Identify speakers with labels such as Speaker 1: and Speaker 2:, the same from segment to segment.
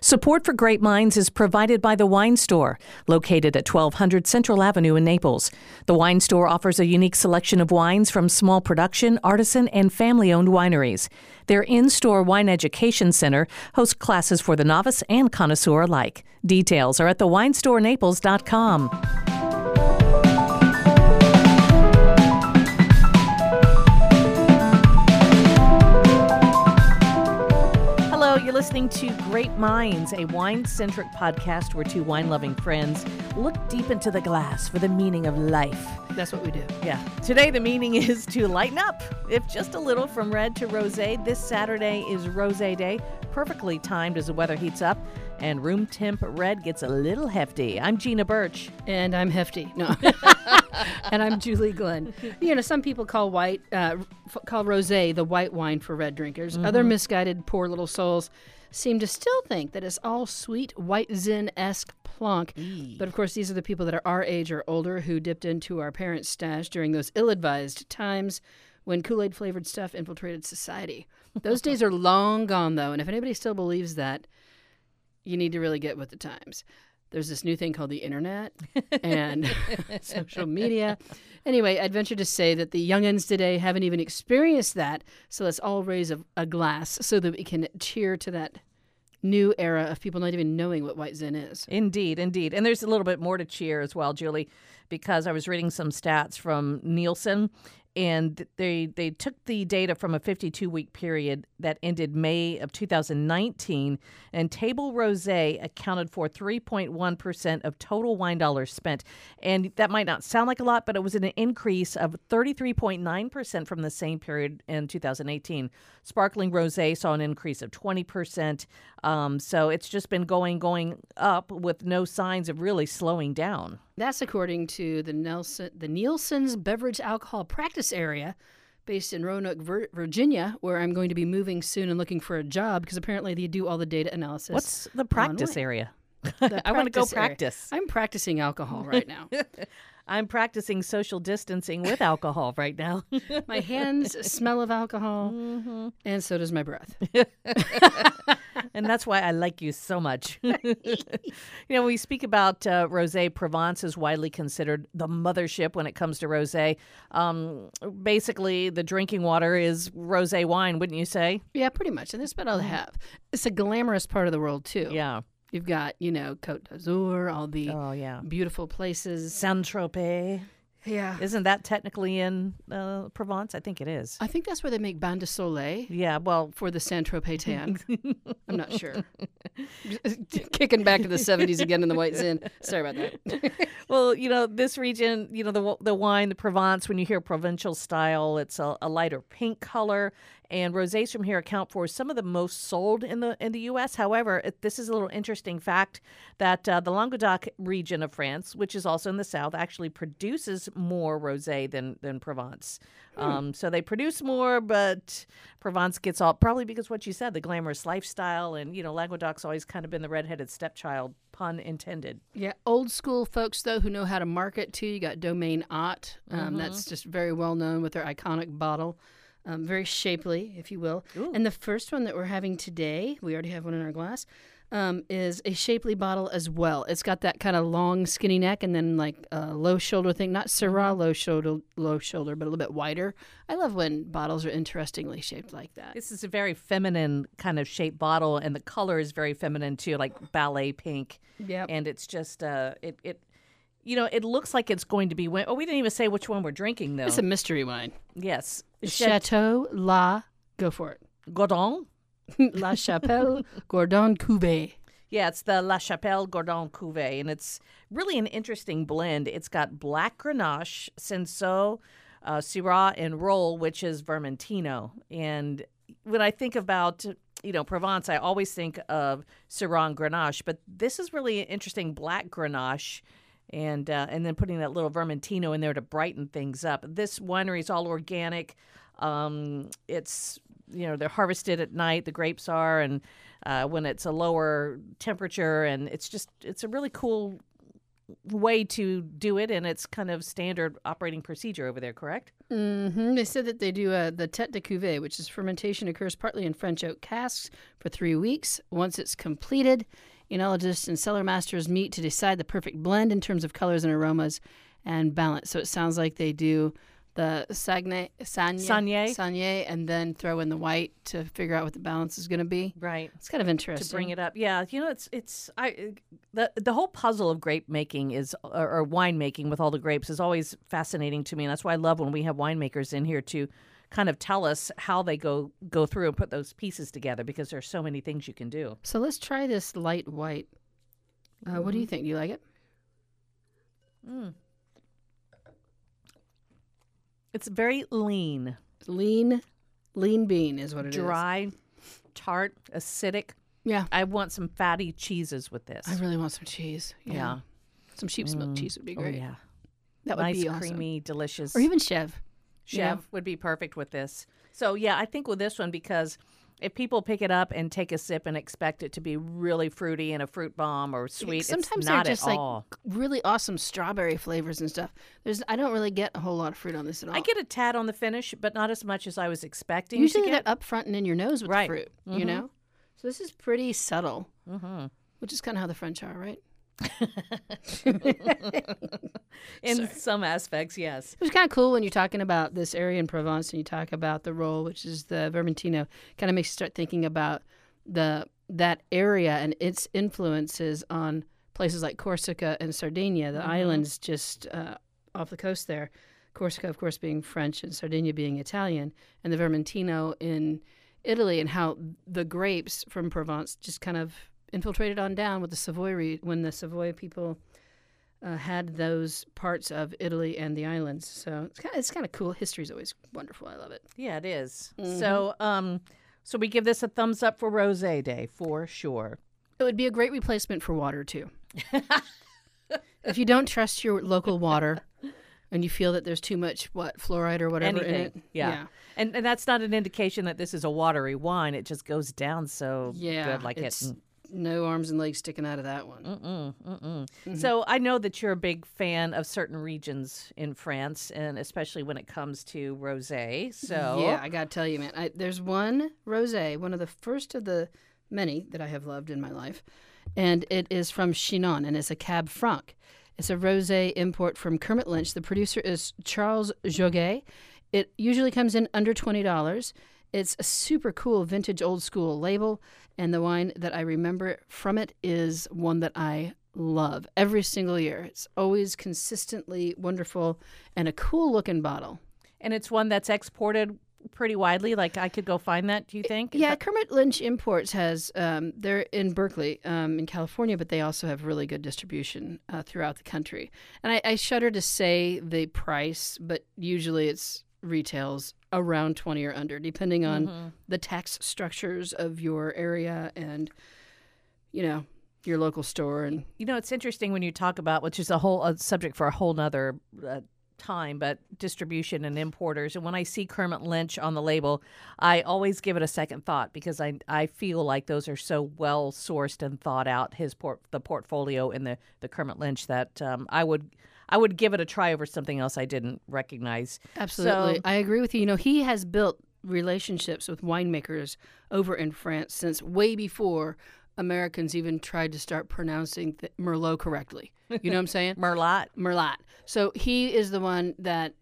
Speaker 1: Support for Great Minds is provided by The Wine Store, located at 1200 Central Avenue in Naples. The Wine Store offers a unique selection of wines from small production, artisan, and family owned wineries. Their in store wine education center hosts classes for the novice and connoisseur alike. Details are at thewinestorenaples.com. Hello, you're listening to Great Minds, a wine centric podcast where two wine loving friends look deep into the glass for the meaning of life.
Speaker 2: That's what we do.
Speaker 1: Yeah. Today, the meaning is to lighten up, if just a little, from red to rose. This Saturday is Rose Day, perfectly timed as the weather heats up and room temp red gets a little hefty. I'm Gina Birch.
Speaker 2: And I'm hefty. No. and I'm Julie Glenn. You know, some people call white, uh, f- call rosé the white wine for red drinkers. Other misguided poor little souls seem to still think that it's all sweet white zin esque plonk. But of course, these are the people that are our age or older who dipped into our parents' stash during those ill-advised times when Kool-Aid flavored stuff infiltrated society. Those days are long gone, though, and if anybody still believes that you need to really get with the times. There's this new thing called the internet and social media. Anyway, I'd venture to say that the youngins today haven't even experienced that. So let's all raise a, a glass so that we can cheer to that new era of people not even knowing what white zen is.
Speaker 1: Indeed, indeed. And there's a little bit more to cheer as well, Julie, because I was reading some stats from Nielsen and they they took the data from a 52-week period that ended May of 2019 and table rosé accounted for 3.1% of total wine dollars spent. And that might not sound like a lot, but it was an increase of 33.9% from the same period in 2018. Sparkling rosé saw an increase of 20%. Um, so it's just been going going up with no signs of really slowing down.
Speaker 2: That's according to the Nelson, the Nielsen's Beverage Alcohol Practice Area, based in Roanoke, Vir- Virginia, where I'm going to be moving soon and looking for a job because apparently they do all the data analysis.
Speaker 1: What's the practice
Speaker 2: online.
Speaker 1: area?
Speaker 2: The
Speaker 1: I want to go
Speaker 2: practice area.
Speaker 1: practice.
Speaker 2: I'm practicing alcohol right now.
Speaker 1: I'm practicing social distancing with alcohol right now.
Speaker 2: my hands smell of alcohol,
Speaker 1: Mm-hmm.
Speaker 2: and so does my breath.
Speaker 1: and that's why I like you so much. you know, when we speak about uh, rosé, Provence is widely considered the mothership when it comes to rosé. Um, basically, the drinking water is rosé wine, wouldn't you say?
Speaker 2: yeah, pretty much. And that's about all they have. It's a glamorous part of the world, too.
Speaker 1: Mm-hmm. Yeah.
Speaker 2: You've got, you know, Côte d'Azur, all the
Speaker 1: Oh, yeah.
Speaker 2: beautiful places.
Speaker 1: Saint Tropez.
Speaker 2: Yeah.
Speaker 1: Isn't that technically in uh, Provence? I think it is.
Speaker 2: I think that's where they make Bande de Soleil.
Speaker 1: Yeah, well,
Speaker 2: for the San Tropez tan. I'm not sure. Kicking back to the 70s again in the White Zin. Sorry about that.
Speaker 1: well, you know, this region, you know, the w- the wine, the Provence. When you hear Provincial style, it's a, a lighter pink color, and rosés from here account for some of the most sold in the in the U.S. However, it, this is a little interesting fact that uh, the Languedoc region of France, which is also in the south, actually produces more rosé than than Provence. Um, so they produce more, but Provence gets all probably because what you said, the glamorous lifestyle, and you know, Languedoc's always kind of been the redheaded stepchild, pun intended.
Speaker 2: yeah, old school folks, though, who know how to market too. You got Domaine Ott. Um, That's just very well known with their iconic bottle. Um, very shapely, if you will. And the first one that we're having today, we already have one in our glass, um, is a shapely bottle as well. It's got that kind of long, skinny neck and then like a low shoulder thing. Not Syrah low shoulder, low shoulder, but a little bit wider. I love when bottles are interestingly shaped like that.
Speaker 1: This is a very feminine kind of shaped bottle, and the color is very feminine too, like ballet pink.
Speaker 2: Yep.
Speaker 1: And it's just uh, it it, you know, it looks like it's going to be. Win- oh, we didn't even say which one we're drinking though.
Speaker 2: It's a mystery wine.
Speaker 1: yes, Chet
Speaker 2: Chateau La, go for
Speaker 1: Gordon.
Speaker 2: it. La Chapelle Gordon Cuvée.
Speaker 1: Yeah, it's the La Chapelle Gordon Cuvée, and it's really an interesting blend. It's got black Grenache, Cinsault, uh, Syrah, and Roll, which is Vermentino. And when I think about you know Provence, I always think of Syrah and Grenache, but this is really an interesting black Grenache. And, uh, and then putting that little Vermentino in there to brighten things up. This winery is all organic. Um, it's you know they're harvested at night. The grapes are, and uh, when it's a lower temperature, and it's just it's a really cool way to do it, and it's kind of standard operating procedure over there, correct?
Speaker 2: hmm They said that they do uh, the tete de cuvee, which is fermentation occurs partly in French oak casks for three weeks. Once it's completed, enologists and cellar masters meet to decide the perfect blend in terms of colors and aromas and balance. So it sounds like they do the Saguenay, Saguenay,
Speaker 1: Saguenay.
Speaker 2: Saguenay, and then throw in the white to figure out what the balance is going to be.
Speaker 1: Right.
Speaker 2: It's kind of interesting.
Speaker 1: To bring it up, yeah, you know, it's it's I the the whole puzzle of grape making is or, or wine making with all the grapes is always fascinating to me, and that's why I love when we have winemakers in here to kind of tell us how they go go through and put those pieces together because there's so many things you can do.
Speaker 2: So let's try this light white. Uh, What do you think? Do you like it?
Speaker 1: It's very lean,
Speaker 2: Lean, lean bean is what it is.
Speaker 1: dry, tart, acidic.
Speaker 2: Yeah.
Speaker 1: I want some fatty cheeses with this.
Speaker 2: I really want some cheese. Yeah.
Speaker 1: yeah.
Speaker 2: Some sheep's milk cheese would be
Speaker 1: Oh
Speaker 2: great.
Speaker 1: yeah.
Speaker 2: That would
Speaker 1: nice,
Speaker 2: be awesome.
Speaker 1: creamy, delicious.
Speaker 2: Or even chev.
Speaker 1: Chev would be perfect with this. So yeah, I think with this one because if people pick it up and take a sip and expect it to be really fruity and a fruit bomb or sweet,
Speaker 2: Sometimes
Speaker 1: it's not
Speaker 2: they're just
Speaker 1: at
Speaker 2: like
Speaker 1: all.
Speaker 2: really awesome strawberry flavors and stuff. There's I don't really get a whole lot of fruit on this at all.
Speaker 1: I get a tad on the finish, but not as much as I was expecting. to
Speaker 2: usually
Speaker 1: get.
Speaker 2: that up front and in your nose with
Speaker 1: Right. Mm-hmm.
Speaker 2: the fruit, you know? So this is pretty subtle. Which is kind of how the French are, right?
Speaker 1: in some aspects, yes.
Speaker 2: It was kind of cool when you're talking about this area in Provence and you talk about the role, which is the Vermentino. Kind of makes you start thinking about the that area and its influences on places like Corsica and Sardinia, the islands just uh, off the coast there. Corsica, of course, being French and Sardinia being Italian, and the Vermentino in Italy, and how the grapes from Provence just kind of infiltrated on down with the Savoy re- when the Savoy people uh, had those parts of Italy and the islands. So it's kind of, it's kind of cool. History is always wonderful. I love it.
Speaker 1: Yeah, it is. So
Speaker 2: Mm-hmm.
Speaker 1: um, so we give this a thumbs up for Rosé Day for sure.
Speaker 2: It would be a great replacement for water too. if you don't trust your local water, and you feel that there's too much what fluoride or whatever in it,
Speaker 1: Anything, yeah. And and that's not an indication that this is a watery wine. It just goes down so
Speaker 2: yeah,
Speaker 1: good, like
Speaker 2: it's
Speaker 1: it. Mm.
Speaker 2: no arms and legs sticking out of that one.
Speaker 1: Mm-mm, mm-mm. Mm, So I know that you're a big fan of certain regions in France, and especially when it comes to rosé. So
Speaker 2: Yeah, I gotta tell you, man. I, there's one rosé, one of the first of the many that I have loved in my life, and it is from Chinon, and it's a Cab Franc. It's a rosé import from Kermit Lynch. The producer is Charles Joguet. It usually comes in under twenty dollars. It's a super cool vintage old school label, and the wine that I remember from it is one that I love every single year. It's always consistently wonderful and a cool looking bottle.
Speaker 1: and it's one that's exported pretty widely. Like I could go find that. Do you think?
Speaker 2: Yeah, Kermit Lynch Imports has, um, they're in Berkeley, um, in California, but they also have really good distribution uh, throughout the country. And I, I shudder to say the price, but usually it's retails around 20 or under, depending on the tax structures of your area and, you know, your local store. And
Speaker 1: You know, it's interesting when you talk about, which is a whole a subject for a whole nother uh, time, but distribution and importers. And when I see Kermit Lynch on the label, I always give it a second thought because I I feel like those are so well sourced and thought out. His port the portfolio and the the Kermit Lynch that um, I would. I would give it a try over something else I didn't recognize.
Speaker 2: Absolutely.
Speaker 1: So-
Speaker 2: I agree with you. You know, he has built relationships with winemakers over in France since way before Americans even tried to start pronouncing th- Merlot correctly. You know what I'm saying?
Speaker 1: Merlot.
Speaker 2: Merlot. So he is the one that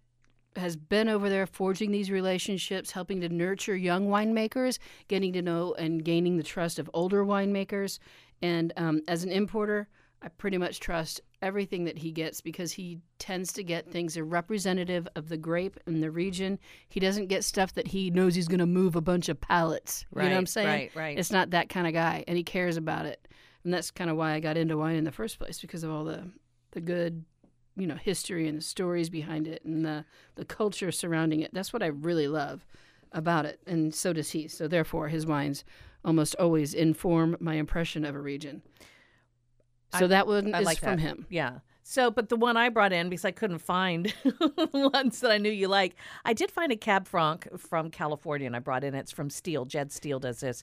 Speaker 2: has been over there forging these relationships, helping to nurture young winemakers, getting to know and gaining the trust of older winemakers. And um, as an importer, I pretty much trust everything that he gets because he tends to get things that are representative of the grape and the region. He doesn't get stuff that he knows he's going to move a bunch of pallets. you know what I'm
Speaker 1: Right,
Speaker 2: saying?
Speaker 1: right, right.
Speaker 2: It's not that kind of guy, and he cares about it. And that's kind of why I got into wine in the first place because of all the the good you know history and the stories behind it and the the culture surrounding it. That's what I really love about it, and so does he. So therefore, his wines almost always inform my impression of a region. So that one
Speaker 1: I
Speaker 2: is
Speaker 1: like
Speaker 2: from
Speaker 1: that.
Speaker 2: him.
Speaker 1: Yeah. So, but the one I brought in because I couldn't find ones that I knew you like, I did find a Cab Franc from California, and I brought in. It's from Steel. Jed Steel does this.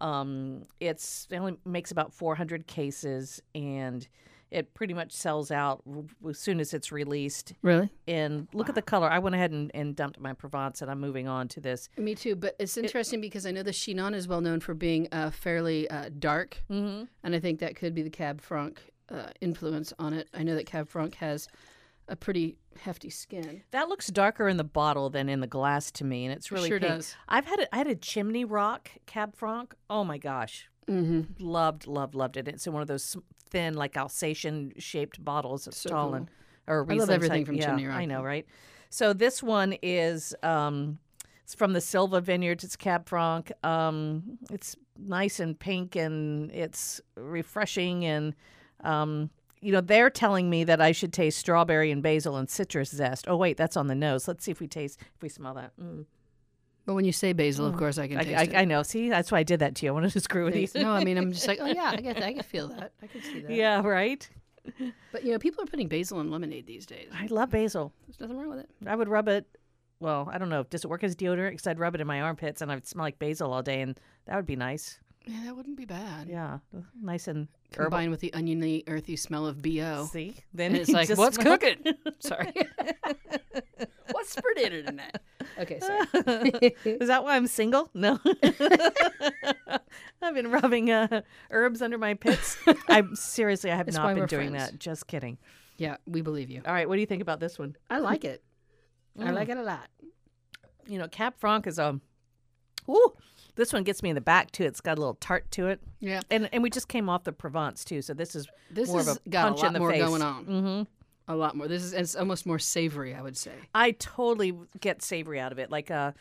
Speaker 1: Um, it's it only makes about 400 cases, and it pretty much sells out w- as soon as it's released.
Speaker 2: Really?
Speaker 1: And look at the color. I went ahead and, and dumped my Provence, and I'm moving on to this.
Speaker 2: Me too. But it's interesting because I know the Chinon is well known for being uh, fairly uh, dark,
Speaker 1: Mm-hmm.
Speaker 2: and I think that could be the Cab Franc uh, influence on it. I know that Cab Franc has a pretty hefty skin.
Speaker 1: That looks darker in the bottle than in the glass to me, and it's really
Speaker 2: sure
Speaker 1: pink.
Speaker 2: does.
Speaker 1: I've had a, I had a chimney rock Cab Franc. Oh my gosh,
Speaker 2: Mm-hmm.
Speaker 1: loved, loved, loved it. It's in one of those thin, like Alsatian shaped bottles. It's
Speaker 2: So
Speaker 1: tall
Speaker 2: cool.
Speaker 1: and or
Speaker 2: I love
Speaker 1: Riesling
Speaker 2: everything
Speaker 1: type-
Speaker 2: from
Speaker 1: yeah,
Speaker 2: Chimney
Speaker 1: I
Speaker 2: Rock.
Speaker 1: know, right? So this one is um, it's from the Silva Vineyards. It's Cab Franc. Um, it's nice and pink, and it's refreshing. And um, you know, they're telling me that I should taste strawberry and basil and citrus zest. Oh wait, that's on the nose. Let's see if we taste if we smell that. Mm.
Speaker 2: But when you say basil, of course, I can taste
Speaker 1: Oh, I,
Speaker 2: it.
Speaker 1: I, I know. See, that's why I did that to you. I wanted to screw with you.
Speaker 2: Taste- no, I mean, I'm just like, oh yeah, I get that. I can feel that. I can see that.
Speaker 1: Yeah, right.
Speaker 2: But you know, people are putting basil in lemonade these days.
Speaker 1: I love basil.
Speaker 2: There's nothing wrong with it.
Speaker 1: I would rub it. Well, I don't know. Does it work as deodorant? Because I'd rub it in my armpits and I'd smell like basil all day, and that would be nice.
Speaker 2: Yeah, that wouldn't be bad.
Speaker 1: Yeah, nice and herbal.
Speaker 2: Combined with the oniony, earthy smell of bo.
Speaker 1: See, then
Speaker 2: And it's
Speaker 1: you
Speaker 2: like,
Speaker 1: just
Speaker 2: what's
Speaker 1: smell-
Speaker 2: cooking? Sorry. what's predated in that? Okay, sorry.
Speaker 1: Is that why I'm single? No, I've been rubbing uh, herbs under my pits. I seriously, I have
Speaker 2: It's
Speaker 1: not
Speaker 2: why
Speaker 1: been
Speaker 2: we're
Speaker 1: doing
Speaker 2: friends.
Speaker 1: that. Just kidding.
Speaker 2: Yeah, we believe you. Mm.
Speaker 1: All right, what do you think about this one?
Speaker 2: I like it. I like it a lot.
Speaker 1: You know, Cap Franc is um, ooh, this one gets me in the back too. It's got a little tart to it.
Speaker 2: Yeah.
Speaker 1: And, and we just came off the Provence too, so this is
Speaker 2: This
Speaker 1: more
Speaker 2: has
Speaker 1: of a
Speaker 2: got
Speaker 1: punch
Speaker 2: a lot
Speaker 1: in the
Speaker 2: more
Speaker 1: face.
Speaker 2: going on.
Speaker 1: Mm-hmm.
Speaker 2: A lot more. This is it's almost more savory, I would say.
Speaker 1: I totally get savory out of it. Like, uh,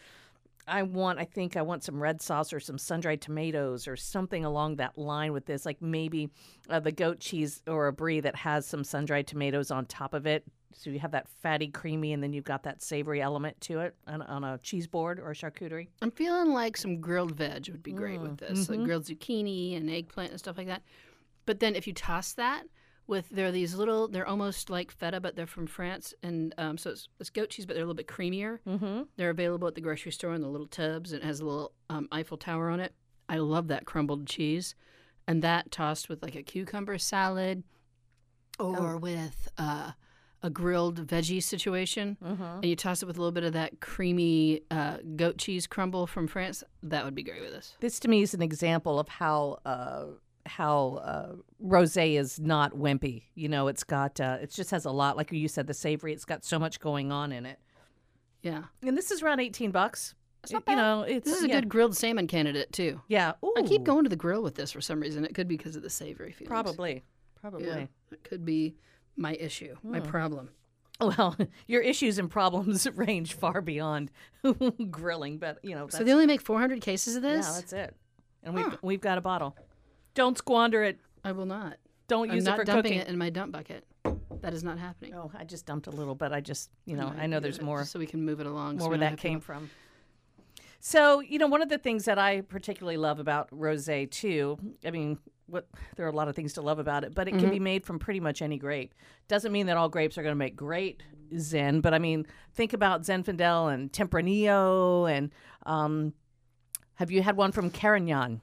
Speaker 1: I want, I think I want some red sauce or some sun dried tomatoes or something along that line with this. Like maybe uh, the goat cheese or a brie that has some sun dried tomatoes on top of it. So you have that fatty, creamy, and then you've got that savory element to it on, on a cheese board or a charcuterie.
Speaker 2: I'm feeling like some grilled veg would be great with this, like grilled zucchini and eggplant and stuff like that. But then if you toss that with there are these little, they're almost like feta, but they're from France, and um, so it's, it's goat cheese, but they're a little bit creamier.
Speaker 1: Mm-hmm.
Speaker 2: They're available at the grocery store in the little tubs, and it has a little um, Eiffel Tower on it. I love that crumbled cheese, and that tossed with like a cucumber salad,
Speaker 1: Oh.
Speaker 2: or with uh, a grilled veggie situation
Speaker 1: Mm-hmm.
Speaker 2: and you toss it with a little bit of that creamy uh, goat cheese crumble from France, that would be great with this.
Speaker 1: This to me is an example of how uh, how uh, rosé is not wimpy. You know, it's got uh, it just has a lot. Like you said, the savory. It's got so much going on in it.
Speaker 2: Yeah.
Speaker 1: And this is around eighteen bucks.
Speaker 2: It's not
Speaker 1: You
Speaker 2: bad.
Speaker 1: know, it's
Speaker 2: This is a
Speaker 1: yeah.
Speaker 2: good grilled salmon candidate, too.
Speaker 1: Yeah. Ooh,
Speaker 2: I keep going to the grill with this for some reason. It could be because of the savory feelings.
Speaker 1: Probably. Probably.
Speaker 2: Yeah. It could be my issue, my
Speaker 1: Hmm.
Speaker 2: problem.
Speaker 1: Well, your issues and problems range far beyond grilling, but you know, that's,
Speaker 2: So they only make 400 cases of
Speaker 1: yeah,
Speaker 2: this?
Speaker 1: that's it. And we've we've got a bottle. Don't squander it.
Speaker 2: I will not.
Speaker 1: Don't
Speaker 2: I'm
Speaker 1: use it
Speaker 2: not
Speaker 1: for
Speaker 2: dumping
Speaker 1: cooking.
Speaker 2: it in my dump bucket. That is not happening.
Speaker 1: No, I just dumped a little, but I just you know, I know there's
Speaker 2: Yeah,
Speaker 1: more.
Speaker 2: So we can move it along. so
Speaker 1: more
Speaker 2: we
Speaker 1: where
Speaker 2: don't
Speaker 1: that
Speaker 2: have to-
Speaker 1: came from. So, you know, one of the things that I particularly love about rosé too, I mean, what there are a lot of things to love about it, but it can be made from pretty much any grape. Doesn't mean that all grapes are going to make great Zen, but I mean, think about Zinfandel and Tempranillo and um have you had one from Carignan?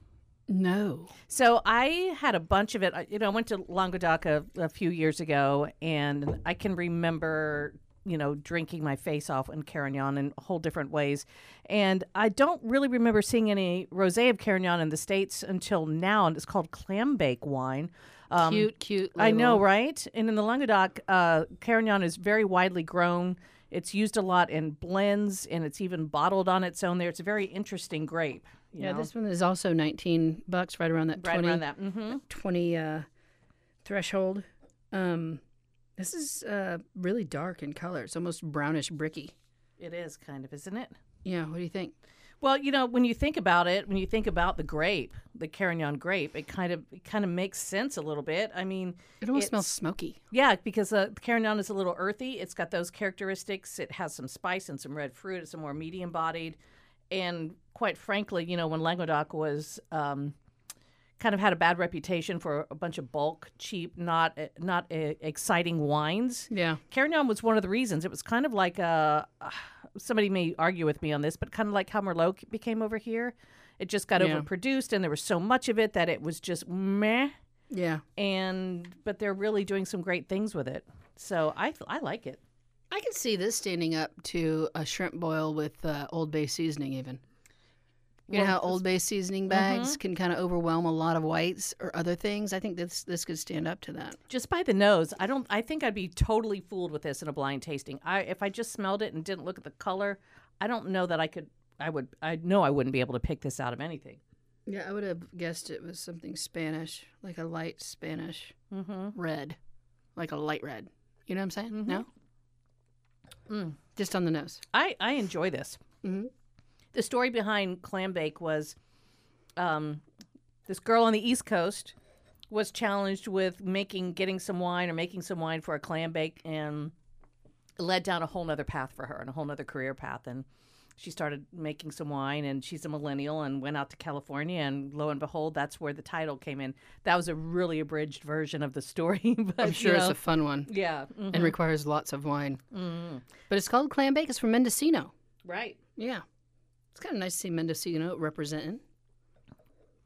Speaker 2: No.
Speaker 1: So I had a bunch of it. I- You know, I went to Languedoc a, a few years ago, and I can remember, you know, drinking my face off in Carignan in whole different ways. And I don't really remember seeing any rosé of Carignan in the states until now, and it's called clam bake wine. Um,
Speaker 2: cute, cute.
Speaker 1: I know,
Speaker 2: little-
Speaker 1: right? And in the Languedoc, uh, Carignan is very widely grown. It's used a lot in blends, and it's even bottled on its own. There, it's a very interesting grape. You
Speaker 2: Yeah,
Speaker 1: know?
Speaker 2: this one is also 19 bucks, right around that
Speaker 1: right
Speaker 2: 20
Speaker 1: around that. hmm
Speaker 2: 20 uh, threshold. Um, this is uh, really dark in color. It's almost brownish bricky.
Speaker 1: It is kind of, isn't it?
Speaker 2: Yeah, what do you think?
Speaker 1: Well, you know, when you think about it, when you think about the grape, the Carignan grape, it kind of it kind of makes sense a little bit. I mean,
Speaker 2: It almost smells
Speaker 1: It's-
Speaker 2: smoky.
Speaker 1: yeah, because uh, Carignan is a little earthy. It's got those characteristics. It has some spice and some red fruit. It's a more medium bodied, and quite frankly, you know, when Languedoc was um, kind of had a bad reputation for a bunch of bulk, cheap, not not uh, exciting wines.
Speaker 2: Yeah.
Speaker 1: Carignan was one of the reasons. It was kind of like uh somebody may argue with me on this, but kind of like how Merlot c- became over here. It just got
Speaker 2: Yeah.
Speaker 1: overproduced, and there was so much of it that it was just meh.
Speaker 2: Yeah.
Speaker 1: and but they're really doing some great things with it. So I I like it.
Speaker 2: I can see this standing up to a shrimp boil with uh, Old Bay seasoning, even. You know
Speaker 1: Well,
Speaker 2: how Old Bay seasoning bags can kind of overwhelm a lot of whites or other things. I think this this could stand up to that.
Speaker 1: Just by the nose, I don't. I think I'd be totally fooled with this in a blind tasting. I if I just smelled it and didn't look at the color, I don't know that I could. I would. I know I wouldn't be able to pick this out of anything.
Speaker 2: Yeah, I would have guessed it was something Spanish, like a light Spanish
Speaker 1: Mm-hmm.
Speaker 2: red, like a light red. You know what I'm saying?
Speaker 1: Mhm.
Speaker 2: No.
Speaker 1: Mm.
Speaker 2: Just on the nose.
Speaker 1: I I enjoy this.
Speaker 2: Mhm.
Speaker 1: The story behind clam bake was, um, this girl on the East Coast was challenged with making getting some wine or making some wine for a clam bake and it led down a whole nother path for her and a whole nother career path and she started making some wine and she's a millennial and went out to california and lo and behold that's where the title came in that was a really abridged version of the story but
Speaker 2: I'm
Speaker 1: you
Speaker 2: sure it's
Speaker 1: know,
Speaker 2: a fun one
Speaker 1: yeah mhm,
Speaker 2: and requires lots of wine.
Speaker 1: mhm.
Speaker 2: But it's called clam bake. It's from Mendocino.
Speaker 1: right
Speaker 2: Yeah. It's kind of nice to see Mendocino representing.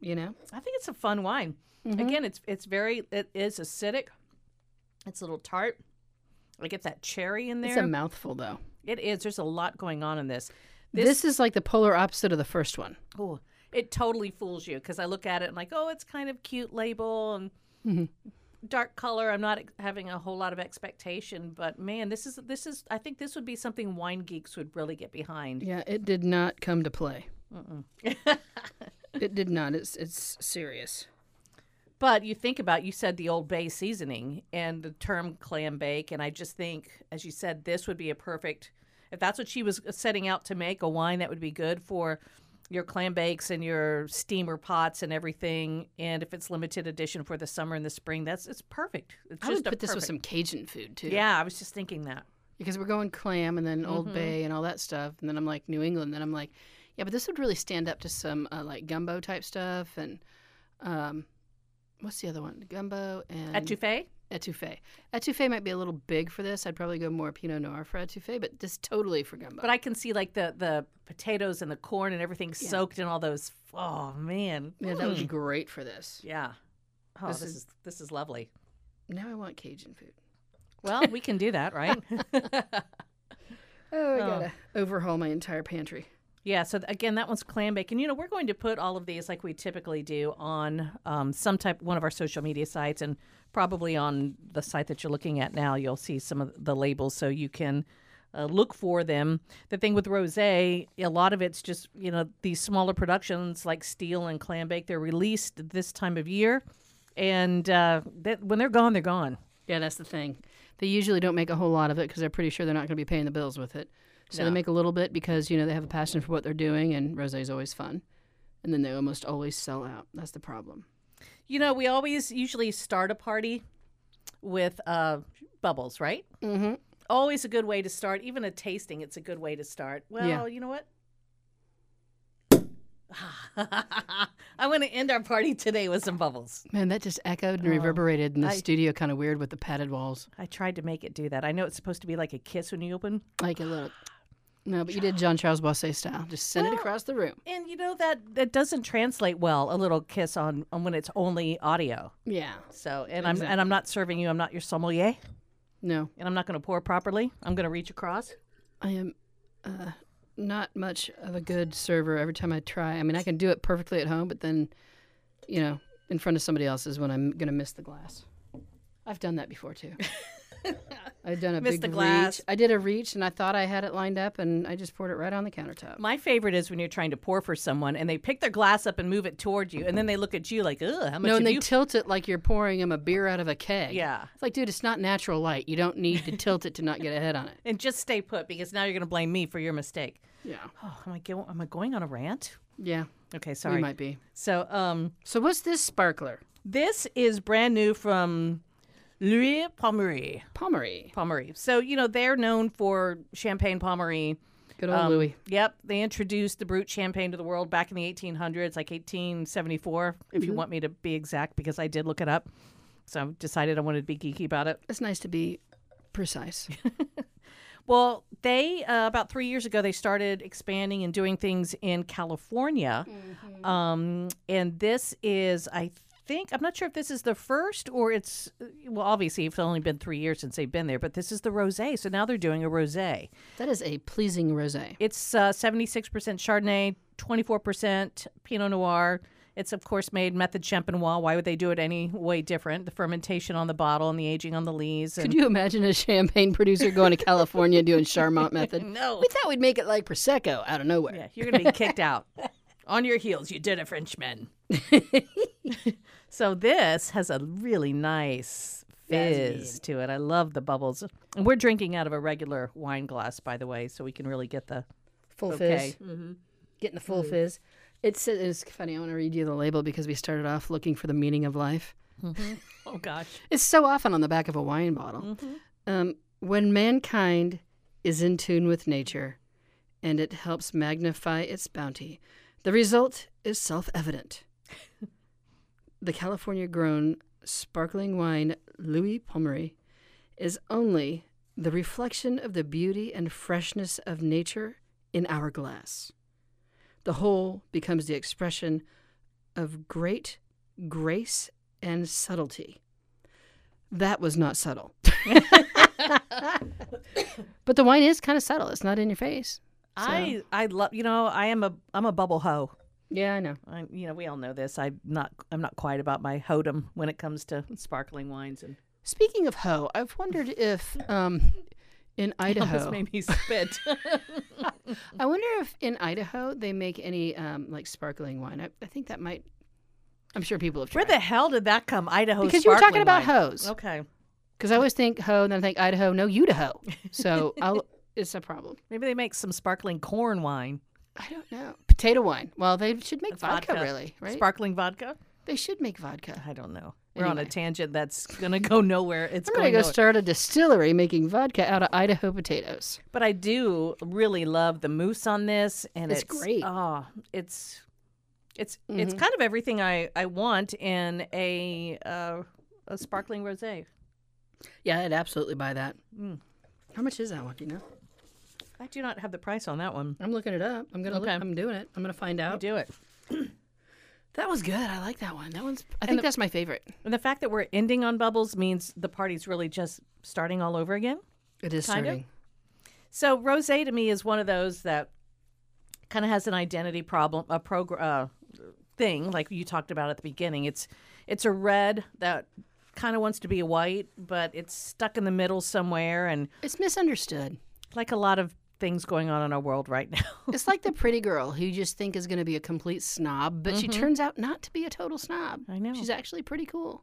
Speaker 2: You know?
Speaker 1: I think it's a fun wine. Again, it's it's very it is acidic. It's a little tart. I get that cherry in
Speaker 2: It's a
Speaker 1: there.
Speaker 2: mouthful, though.
Speaker 1: it is. There's a lot going on in this.
Speaker 2: This, is like the polar opposite of the first one.
Speaker 1: Oh, it totally fools you because I look at it and like, oh, it's kind of cute label and dark color. I'm not ex- having a whole lot of expectation, but man, this is this is. I think this would be something wine geeks would really get behind.
Speaker 2: Yeah, it did not come to play. it did not. It's it's serious.
Speaker 1: But you think about you said the Old Bay seasoning and the term clam bake, and I just think, as you said, this would be a perfect. If that's what she was uh, setting out to make, a wine that would be good for your clam bakes and your steamer pots and everything. And if it's limited edition for the summer and the spring, that's it's perfect. It's
Speaker 2: I would
Speaker 1: just a
Speaker 2: put this with
Speaker 1: perfect-
Speaker 2: some Cajun food too.
Speaker 1: Yeah, Mm-hmm. I was just thinking that.
Speaker 2: because we're going clam and then Old Bay and all that stuff, and then I'm like New England. Then I'm like, yeah, but this would really stand up to some uh, like gumbo type stuff and um, what's the other one? Gumbo and
Speaker 1: Etouffee.
Speaker 2: etouffee. Etouffee might be a little big for this. I'd probably go more Pinot Noir for etouffee, but this totally for gumbo.
Speaker 1: But I can see like the the potatoes and the corn and everything soaked in all those. Oh man,
Speaker 2: yeah, that would be
Speaker 1: Mm.
Speaker 2: great for this.
Speaker 1: yeah. Oh,
Speaker 2: This
Speaker 1: this
Speaker 2: is-
Speaker 1: is this is lovely.
Speaker 2: Now I want Cajun food.
Speaker 1: Well, we can do that, right?
Speaker 2: Oh, I
Speaker 1: gotta
Speaker 2: overhaul my entire pantry.
Speaker 1: yeah. So th- again, that one's clam bake, and you know we're going to put all of these like we typically do on um, some type one of our social media sites, and probably on the site that you're looking at now, you'll see some of the labels, so you can. Uh, look for them. The thing with rosé, a lot of it's just you know these smaller productions like Steel and Clam Bake. They're released this time of year, and uh, that, when they're gone, they're gone.
Speaker 2: Yeah, that's the thing. They usually don't make a whole lot of it because they're pretty sure they're not going to be paying the bills with it. So they
Speaker 1: No.
Speaker 2: make a little bit because you know they have a passion for what they're doing, and rosé is always fun. And then they almost always sell out. That's the problem.
Speaker 1: You know, we always usually start a party with uh, bubbles, right?
Speaker 2: Mm-hmm.
Speaker 1: Always a good way to start. Even a tasting, it's a good way to start. Well,
Speaker 2: Yeah.
Speaker 1: you know what? I want to end our party today with some bubbles.
Speaker 2: Man, that just echoed and reverberated in the studio, kind of weird with the padded walls,
Speaker 1: I tried to make it do that. I know it's supposed to be like a kiss when you open.
Speaker 2: like a little. No, but you did John Charles Boisset style. Just send it across the room.
Speaker 1: And you know that that doesn't translate well a little kiss on, on when it's only audio.
Speaker 2: Yeah.
Speaker 1: So, and I'm and I'm not serving you. I'm not your sommelier,
Speaker 2: No,
Speaker 1: and I'm not going to pour properly. I'm going to reach across.
Speaker 2: I am uh, not much of a good server every time I try. I mean, I can do it perfectly at home, but then, you know, in front of somebody else is when I'm going to miss the glass. I've done that before too. I've done a
Speaker 1: Missed
Speaker 2: big
Speaker 1: the glass.
Speaker 2: reach. I did a reach and I thought I had it lined up and I just poured it right on the countertop.
Speaker 1: My favorite is when you're trying to pour for someone and they pick their glass up and move it toward you, and then they look at you like, "Ugh, how much
Speaker 2: No,
Speaker 1: have
Speaker 2: and they
Speaker 1: you?"
Speaker 2: tilt it like you're pouring them a beer out of a keg.
Speaker 1: yeah,
Speaker 2: It's like, dude, it's not natural light. You don't need to tilt it to not get a head on it.
Speaker 1: and just stay put because now you're going to blame me for your mistake.
Speaker 2: Yeah.
Speaker 1: Oh, am I go- am I going on a rant?
Speaker 2: Yeah.
Speaker 1: Okay,
Speaker 2: We
Speaker 1: sorry.
Speaker 2: might be.
Speaker 1: So, um,
Speaker 2: So, what's this sparkler?
Speaker 1: this is brand new from Louis Pomery.
Speaker 2: Pomery.
Speaker 1: Pomery. So you know they're known for champagne Pomery.
Speaker 2: Good old Louis.
Speaker 1: Yep, they introduced the brut champagne to the world back in the 1800s, like 1874, if you want me to be exact, because I did look it up. So I decided I wanted to be geeky about it.
Speaker 2: It's nice to be precise.
Speaker 1: Well, they uh, about three years ago they started expanding and doing things in California, um, and this is I think I'm not sure if this is the first or it's well, obviously it's only been three years since they've been there, but this is the rosé. So now they're doing a rosé.
Speaker 2: That is a pleasing rosé.
Speaker 1: It's uh, 76% Chardonnay, 24% Pinot Noir. It's of course made method champenois. Why would they do it any way different? The fermentation on the bottle and the aging on the lees. And
Speaker 2: Could you imagine a champagne producer going to California doing Charmont method?
Speaker 1: no,
Speaker 2: We thought we'd make it like prosecco out of nowhere.
Speaker 1: yeah, you're gonna be kicked out on your heels. You did a Frenchman. so this has a really nice fizz to it. I love the bubbles. And we're drinking out of a regular wine glass, by the way, so we can really get the
Speaker 2: Full
Speaker 1: Okay.
Speaker 2: fizz. Getting the full fizz. It's, it's funny. I want to read you the label because we started off looking for the meaning of life.
Speaker 1: oh gosh.
Speaker 2: It's so often on the back of a wine bottle. Um, when mankind is in tune with nature and it helps magnify its bounty, the result is self evident. the California grown sparkling wine Louis Pomery is only the reflection of the beauty and freshness of nature in our glass. The whole becomes the expression of great grace and subtlety. That was not subtle. but the wine is kind of subtle. It's not in your face.
Speaker 1: I I love you know I am a I'm a bubble hoe.
Speaker 2: Yeah, I know.
Speaker 1: I, you know we all know this. I'm not I'm not quiet about my hodom when it comes to sparkling wines and
Speaker 2: Speaking of hoe, I've wondered if um, in
Speaker 1: this
Speaker 2: Idaho,
Speaker 1: made me spit.
Speaker 2: I wonder if in Idaho they make any um, like sparkling wine. I, I think that might. I'm sure people have
Speaker 1: Where
Speaker 2: tried.
Speaker 1: the hell did that come? Idaho
Speaker 2: because you were
Speaker 1: sparkling
Speaker 2: talking about
Speaker 1: wine.
Speaker 2: hoes.
Speaker 1: Okay,
Speaker 2: Because I always think hoe, and then I think Idaho. No, Idaho. So I'll, it's a problem.
Speaker 1: maybe they make some sparkling corn wine,
Speaker 2: I don't know. Potato wine. Well, they should make vodka,
Speaker 1: vodka.
Speaker 2: really, right?
Speaker 1: sparkling vodka.
Speaker 2: they should make vodka.
Speaker 1: I don't know. We're on a
Speaker 2: Anyway.
Speaker 1: tangent that's gonna go nowhere. It's
Speaker 2: I'm
Speaker 1: going
Speaker 2: going to go
Speaker 1: nowhere.
Speaker 2: start a distillery making vodka out of Idaho potatoes.
Speaker 1: But I do really love the mousse on this, and it's,
Speaker 2: It's great. Mm-hmm.
Speaker 1: Oh, it's it's it's kind of everything I I want in a uh, a sparkling rosé.
Speaker 2: Yeah, I'd absolutely buy that. How much is that one? You know,
Speaker 1: I do not have the price on that one.
Speaker 2: I'm looking it up. I'm gonna.
Speaker 1: Okay.
Speaker 2: Look, I'm doing it. I'm gonna find
Speaker 1: I
Speaker 2: out.
Speaker 1: do it,
Speaker 2: That was good. I like that one. That one's. I think that's my favorite.
Speaker 1: and the fact that we're ending on bubbles means the party's really just starting all over again.
Speaker 2: It is
Speaker 1: Kind of.
Speaker 2: starting.
Speaker 1: So rosé to me is one of those that kind of has an identity problem, a progr- uh, thing like you talked about at the beginning. It's it's a red that kind of wants to be a white, but it's stuck in the middle somewhere, and
Speaker 2: It's misunderstood.
Speaker 1: like a lot of things going on in our world right now.
Speaker 2: it's like the pretty girl who you just think is gonna be a complete snob, but she turns out not to be a total snob.
Speaker 1: I know.
Speaker 2: She's actually pretty cool.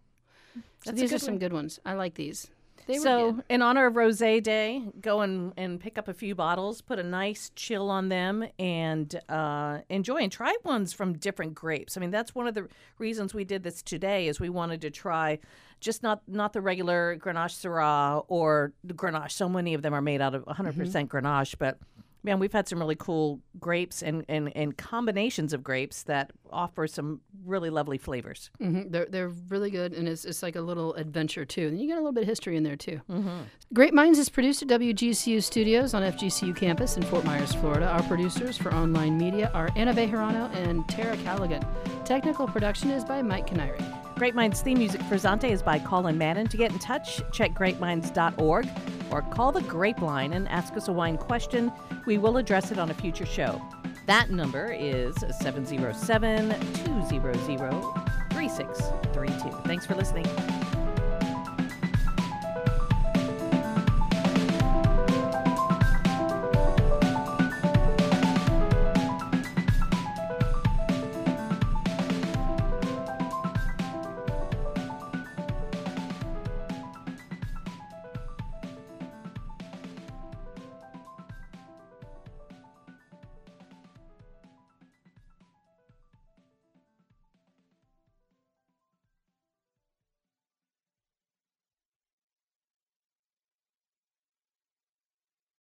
Speaker 2: So
Speaker 1: That's a
Speaker 2: these are
Speaker 1: good
Speaker 2: some good ones. I like these. They were
Speaker 1: so,
Speaker 2: good.
Speaker 1: in honor of Rosé Day, go and, and pick up a few bottles, put a nice chill on them, and uh, enjoy and try ones from different grapes. I mean, that's one of the reasons we did this today is we wanted to try just not not the regular Grenache Syrah or the Grenache. So many of them are made out
Speaker 2: Mm-hmm.
Speaker 1: of 100% percent Grenache, but man, we've had some really cool grapes and, and, and combinations of grapes that offer some really lovely flavors.
Speaker 2: Mhm. They're they're really good, and it's it's like a little adventure too. And you get a little bit of history in there too. Great Minds is produced at WGCU Studios on FGCU campus in Fort Myers, Florida. Our producers for online media are Anna Bejarano and Tara Callaghan. Technical production is by Mike Canary.
Speaker 1: Great Minds theme music for Zante is by Colin Madden. To get in touch, check greatminds.org or call the Grape Line and ask us a wine question. We will address it on a future show. That number is 707 200 3632. Thanks for listening.